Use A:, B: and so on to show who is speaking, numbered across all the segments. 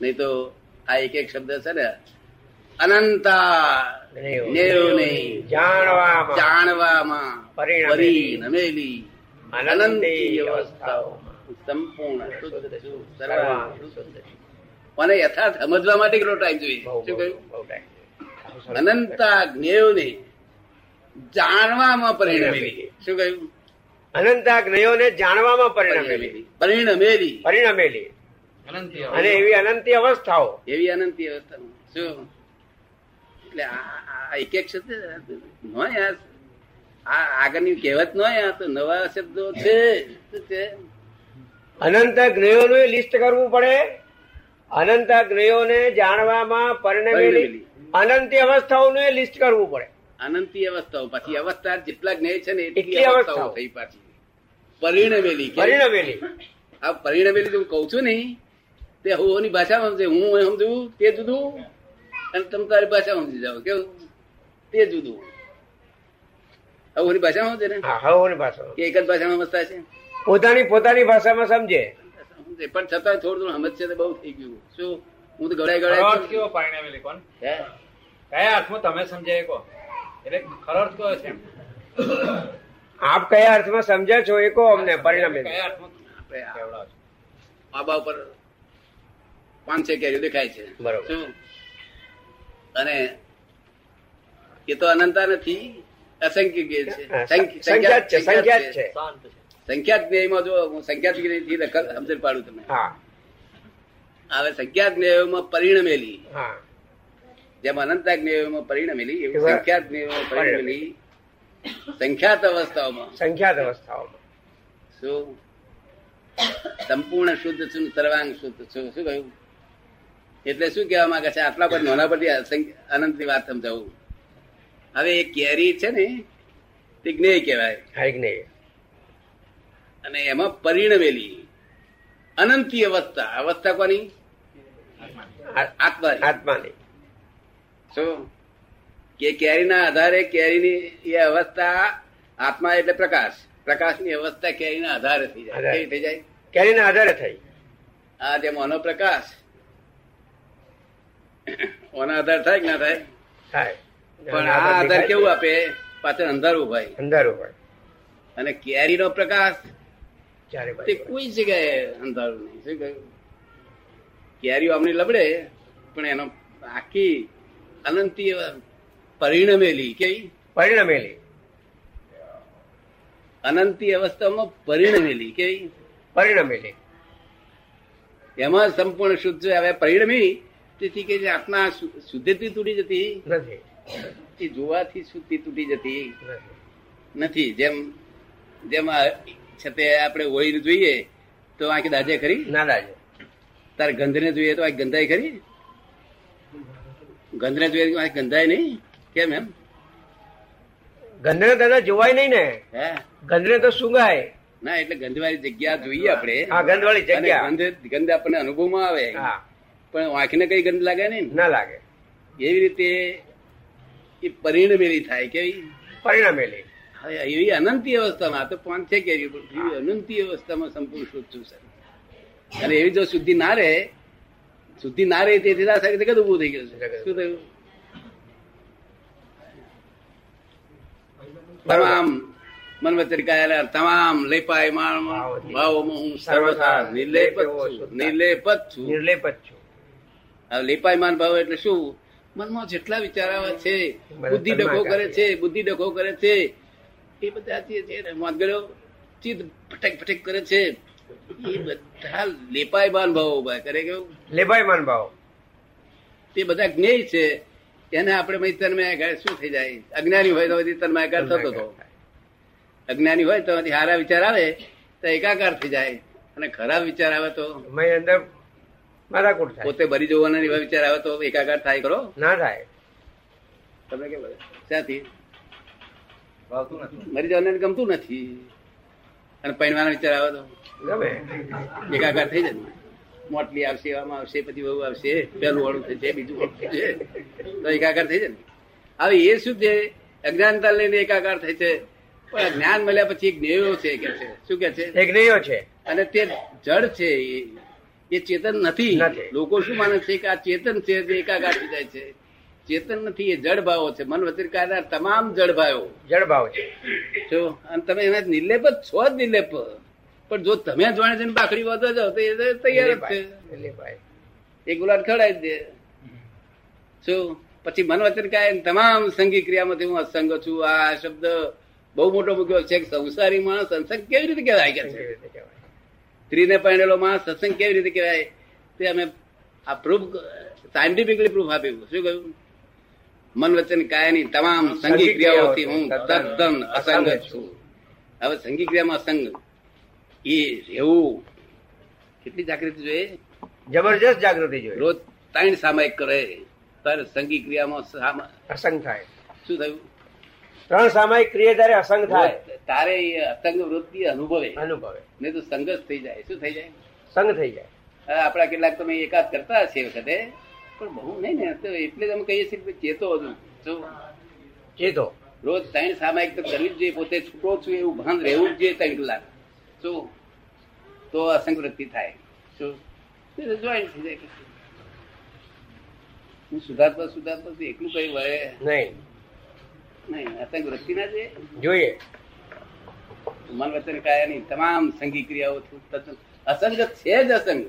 A: નહીં તો આ એક એક શબ્દ છે ને અનંતા
B: નેવ.
A: નેવ નહીં
B: જાણવામાં,
A: જાણવામાં
B: પરિણમેલી.
A: પરિણમેલી
B: અનંતી
A: અનંતી
B: અવસ્થાઓમાં
A: સંપૂર્ણ શુદ્ધ છું, સર્વાંગ
B: સર્વાંગ
A: શુદ્ધ.
B: શુદ્ધ છે.
A: મને યથાર્થ સમજવા માટે કેટલો ટાઈમ જોઈએ
B: બહુ,
A: શું
B: બહુ,
A: કહ્યું
B: બહુ ટાઈમ.
A: અનંતા જ્ઞેયોને જાણવામાં પરિણમેલી
B: પરિણમેલી.
A: શું કહ્યું
B: અનંતાગ્નયોને જાણવામાં પરિણમેલી
A: પરિણમેલી પરિણમેલી
B: પરિણમેલી અને એવી અનંતી અવસ્થાઓ
A: એવી અનંતી અવસ્થા શું એટલે આ આ- આ એક એક શબ્દ નો આ આ આગળની કહેવત નો આ તો નવા શબ્દો છે શું છે
B: અનંત જ્ઞેયોનું લિસ્ટ કરવું પડે અનંત જ્ઞેયોને જાણવામાં પરિણમેલી
A: પરિણમેલી.
B: અનંતી અવસ્થાઓનું લિસ્ટ કરવું પડે
A: અનંતી અવસ્થાઓ પછી અવસ્થા જેટલા જ્ઞેય છે ને એટલી
B: એટલી
A: અવસ્થાઓ
B: અવસ્થાઓ.
A: થઈ પાછી પરિણમેલી કે-
B: પરિણમેલી
A: આ પરિણમેલી જે હું કહું છું નહીં તે હું એની ભાષામાં સમજે હું એ સમજું તે જુદું અને તમે તારી ભાષામાં સમજી જાઓ કેવું તે જુદું હવે ઓની ભાષામાં સમજે ને
B: હા હવોની ભાષામાં
A: કે એક જ ભાષામાં સમજતા છે
B: પોતાની પોતાની ભાષામાં સમજે
A: સમજે. પણ છતાં થોડું થોડું સમજ છે તો બહુ થઈ ગયું શું હું તો ગળાય ગળાય
C: અર્થ કેવો પરિણમેલી કોણ
A: હે?
C: કયા અર્થમાં તમે સમજાય કહો એટલે ખરો અર્થ કયો છે એમ?
B: આપ કયા અર્થમાં સમજ્યા છો એ કહો અમને પરિણમેલી
C: કયા અર્થમાં
A: આપણે આ
C: કેવડાવો છો?
A: આબા ઉપર પાંચ છ કેરીઓ દેખાય છે
B: બરોબર.
A: શું? અને એ તો અનંતા નથી અસંખ્ય ગેર છે સંખ્ય-
B: સંખ્યા જ છે સંખ્યા જ છે
A: સંખ્યાત ન્યાયમાં જો હું સંખ્યાત જ્ઞેયથી દખલ સમજણ પાડું તમને
B: હા
A: હવે સંખ્યાત ન્યાયોમાં પરિણમેલી
B: હા
A: જેમ અનંતા જ્ઞેયોમાં પરિણમેલી એવું
B: એવા-
A: સંખ્યાત જ્ઞેયોમાં પરિણમેલી સંખ્યાત અવસ્થાઓમાં
B: સંખ્યાત અવસ્થાઓમાં
A: શું સંપૂર્ણ શુદ્ધ છું સર્વાંગ શુદ્ધ છું શું કહ્યું એટલે શું કહેવા માંગે છે આટલા પર નાના પરથી અસંખ્ય- અનંતની વાત સમજાવું હવે એ કેરી છે ને તે જ્ઞેય કહેવાય
B: હા કે નહીં
A: અને એમાં પરિણમેલી અનંતી અવસ્થા અવસ્થા કોની
B: આ-
A: આત્મા
B: આત્માની
A: શું કે કેરીના આધારે કેરીની એ અવસ્થા આત્મા એટલે પ્રકાશ પ્રકાશની અવસ્થા કેરીના આધારે થઈ જાય
B: આધારે.
A: કેવી થઈ જાય
B: કેરીના આધારે થઈ
A: આ જે મોનો પ્રકાશ ઓનો આધાર થાય કે ના થાય
B: થાય
A: પણ આ આધાર કેવું આપે પાછળ અંધારું ભાઈ
B: અંધારું હોય
A: અને કેરીનો પ્રકાશ
B: ચારે
A: તે
B: બાજુ હોય.
A: કોઈ જગ્યાએ અંધારું નહીં શું કહ્યું કેરીઓ આમની લબડે પણ એનો આખી અનંતી પરિણમેલી કેવી
B: પરિણમેલી
A: અનંતી અવસ્થામાં પરિણમેલી કેવી
B: પરિણમેલી
A: એમાં સંપૂર્ણ શુદ્ધ છે. હવે પરિણમી તેથી કે જે આત્મા શુ- શુદ્ધિથી તૂટી જતી
B: નથી
A: એ જોવાથી શુદ્ધિ તૂટી જતી
B: નથી.
A: નથી જેમ જેમ આ છે તે આપણે હોળીને જોઈએ તો આંખી દાજે ખરી
B: નાના છે
A: તારે ગંધને જોઈએ તો આંખી ગંધાય ખરી ગંધને જોઈએ તો આંખી ગંધાય નહીં કેમ એમ
B: ગંધને દાદા જોવાય નહીં ને
A: હે
B: ગંધને તો સુંઘાય
A: ના એટલે ગંધવાળી જગ્યા જોઈએ આપણે
B: હા ગંધવાળી
A: અને
B: જગ્યા
A: ગંધ ગંધ આપણને અનુભવમાં આવે
B: હા
A: પણ આંખીને કઈ ગંધ લાગે નહીં ને.
B: ના લાગે
A: એવી રીતે એ પરિણમેલી થાય કેવી
B: પરિણમેલી
A: હવે એવી અનંતી અવસ્થામાં આ તો પાંચ છે કેરી પણ એવી અનંતી અવસ્થામાં સંપૂર્ણ શુદ્ધ છું સર અને એવી જો શુદ્ધિ ના રહે શુદ્ધિ ના રહે તેથી આ સગત જગત ઉભું થઈ ગયું છે
B: જગત.
A: શું થયું
B: બરાબર.
A: તમામ મન વચન કાયેલા તમામ લેપાય માણ
B: ભાવોથી.
A: ભાવોમાં હું સર્વથા નિર્લેપ જ છું નિર્લેપ જ છું
B: નિર્લેપ જ છું
A: હવે લેપાયમાન ભાવ એટલે શું મનમાં જેટલા વિચાર આવે છે
B: બધા
A: બુદ્ધિ ડખો
B: તન્માકાર
A: કરે છે બુદ્ધિ ડખો કરે છે એ બધા જે છે ને વાંદગડો ચિત્ત ફટેક ફટેક કરે છે એ બધા લેપાયમાન ભાવ ઉભા કરે કેવું
B: લેભાયમાન ભાવ
A: તે બધા જ્ઞેય છે એને આપણે પછી તન્માયાકાર શું થઈ જાય અજ્ઞાની હોય તો પછી તન્માયાકાર થતો હતો અજ્ઞાની હોય તો પછી સારા વિચાર આવે તો એકાકાર થઈ જાય અને ખરાબ વિચાર આવે તો
B: મય અંદર માથાકૂટ થાય
A: પોતે ભરી જવાના એવા વિચાર આવે તો એકાકાર થાય કરો
B: ના થાય
A: તમને કેમ લાગે? ત્યાંથી
C: ભાવતું નથી
A: મરી જવાને ગમતું નથી અને પૈણવાનો વિચાર આવે તો
B: ગમે
A: એકાકાર થઈ જાય મોટલી આવશે એવામાં આવશે પછી બહુ આવશે પહેલું વાળું થશે બીજું વાળું થશે તો એકાકાર થઈ જાય ને હવે એ શું છે અજ્ઞાનતા લઈને એકાકાર થાય છે પણ જ્ઞાન મળ્યા પછી એક જ્ઞેયો છે કે છે શું કે છે
B: એક નહીઓ છે
A: અને તે જડ છે એ એ ચેતન નથી
B: નથી.
A: લોકો શું માને છે કે આ ચેતન છે જે એકાગાઠી જાય છે ચેતન નથી એ જડ ભાવો છે મન વચિરકાના તમામ જડ ભાવો
B: જળભાવ છે
A: જો અને તમે એના નિર્લેપ જ છો જ નિર્લેપ પણ જો તમે જોડે જઈને બાકડી વધો જાઓ તો એ તો તૈયાર જ છે
B: દિલીપભાઈ.
A: એ ગુલાબ ખવડાવી દે શું પછી મન વચનકાય તમામ સંગી ક્રિયામાંથી હું અસંગ છું આ શબ્દ બહુ મોટો મૂક્યો છે કે સંસારી માણસ સંસંગ કેવી રીતે કહેવાય કે છે
B: કેવી રીતે કહેવાય?
A: સ્ત્રીને પરણેલો માણસ સત્સંગ કેવી રીતે કહેવાય તે અમે આ પ્રૂફ સાયન્ટિફિકલી પ્રૂફ આપ્યું શું કહ્યું મન વચન કાયાની તમામ સંગી ક્રિયાઓથી હું તદ્દન અસંગ જ છું હવે સંગી ક્રિયામાં સંગ એ રહેવું કેટલી જાગૃતિ જોઈએ
B: જબરજસ્ત જાગૃતિ જોઈએ
A: રોજ ત્રણ સામાયિક કરે તારે સંગી ક્રિયામાં સામા-
B: અસંગ થાય
A: શું થયું
B: ત્રણ સામાયિક ક્રિયા ત્યારે અસંગ થાય
A: રોજ તારે એ અસંગ વૃત્તિ અનુભવે
B: અનુભવે
A: નહીં તો સંઘર્ષ થઈ જાય શું થઈ જાય
B: સંગ થઈ જાય
A: હવે આપણા કેટલાક તમે એકાદ કરતા હશે એ વખતે પણ બહુ નહીં ને તો એટલે જ અમે કહીએ છીએ કે ચેતો હતું શું?
B: ચેતો
A: રોજ ત્રણ સામાયિક તો કરવી જ જોઈએ પોતે છૂટો છું એવું ભાન રહેવું જ જોઈએ ત્રણ કલાક શું તો અસંગ વૃત્તિ થાય શું એટલે joint થઈ જાય કશું. હું સુધારતા સુધારતા તો એકલું કઈ વળે
B: નહીં
A: નહીં અસંગ વૃત્તિ ના છે
B: જોઈએ
A: મન વચન કાયાની તમામ સંગી ક્રિયાઓ તદ્દન અસંગ છે જ અસંગ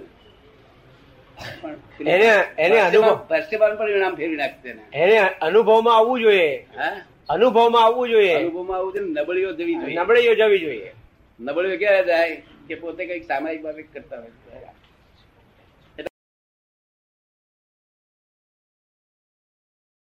A: પણ પેલું
B: એને- એને અનુભવ-
A: પરસેવાનું પણ પરિણામ ફેરવી નાખશે એને.
B: એને અનુભવમાં આવવું જોઈએ
A: હા?
B: અનુભવમાં આવવું જોઈએ
A: અનુભવમાં આવું છે ને, નબળીઓ જવી જોઈએ
B: નબળે યોજાવી જોઈએ
A: નબળીઓ ક્યારે જાય કે પોતે કઈક સામાયિક બાબત કરતા હોય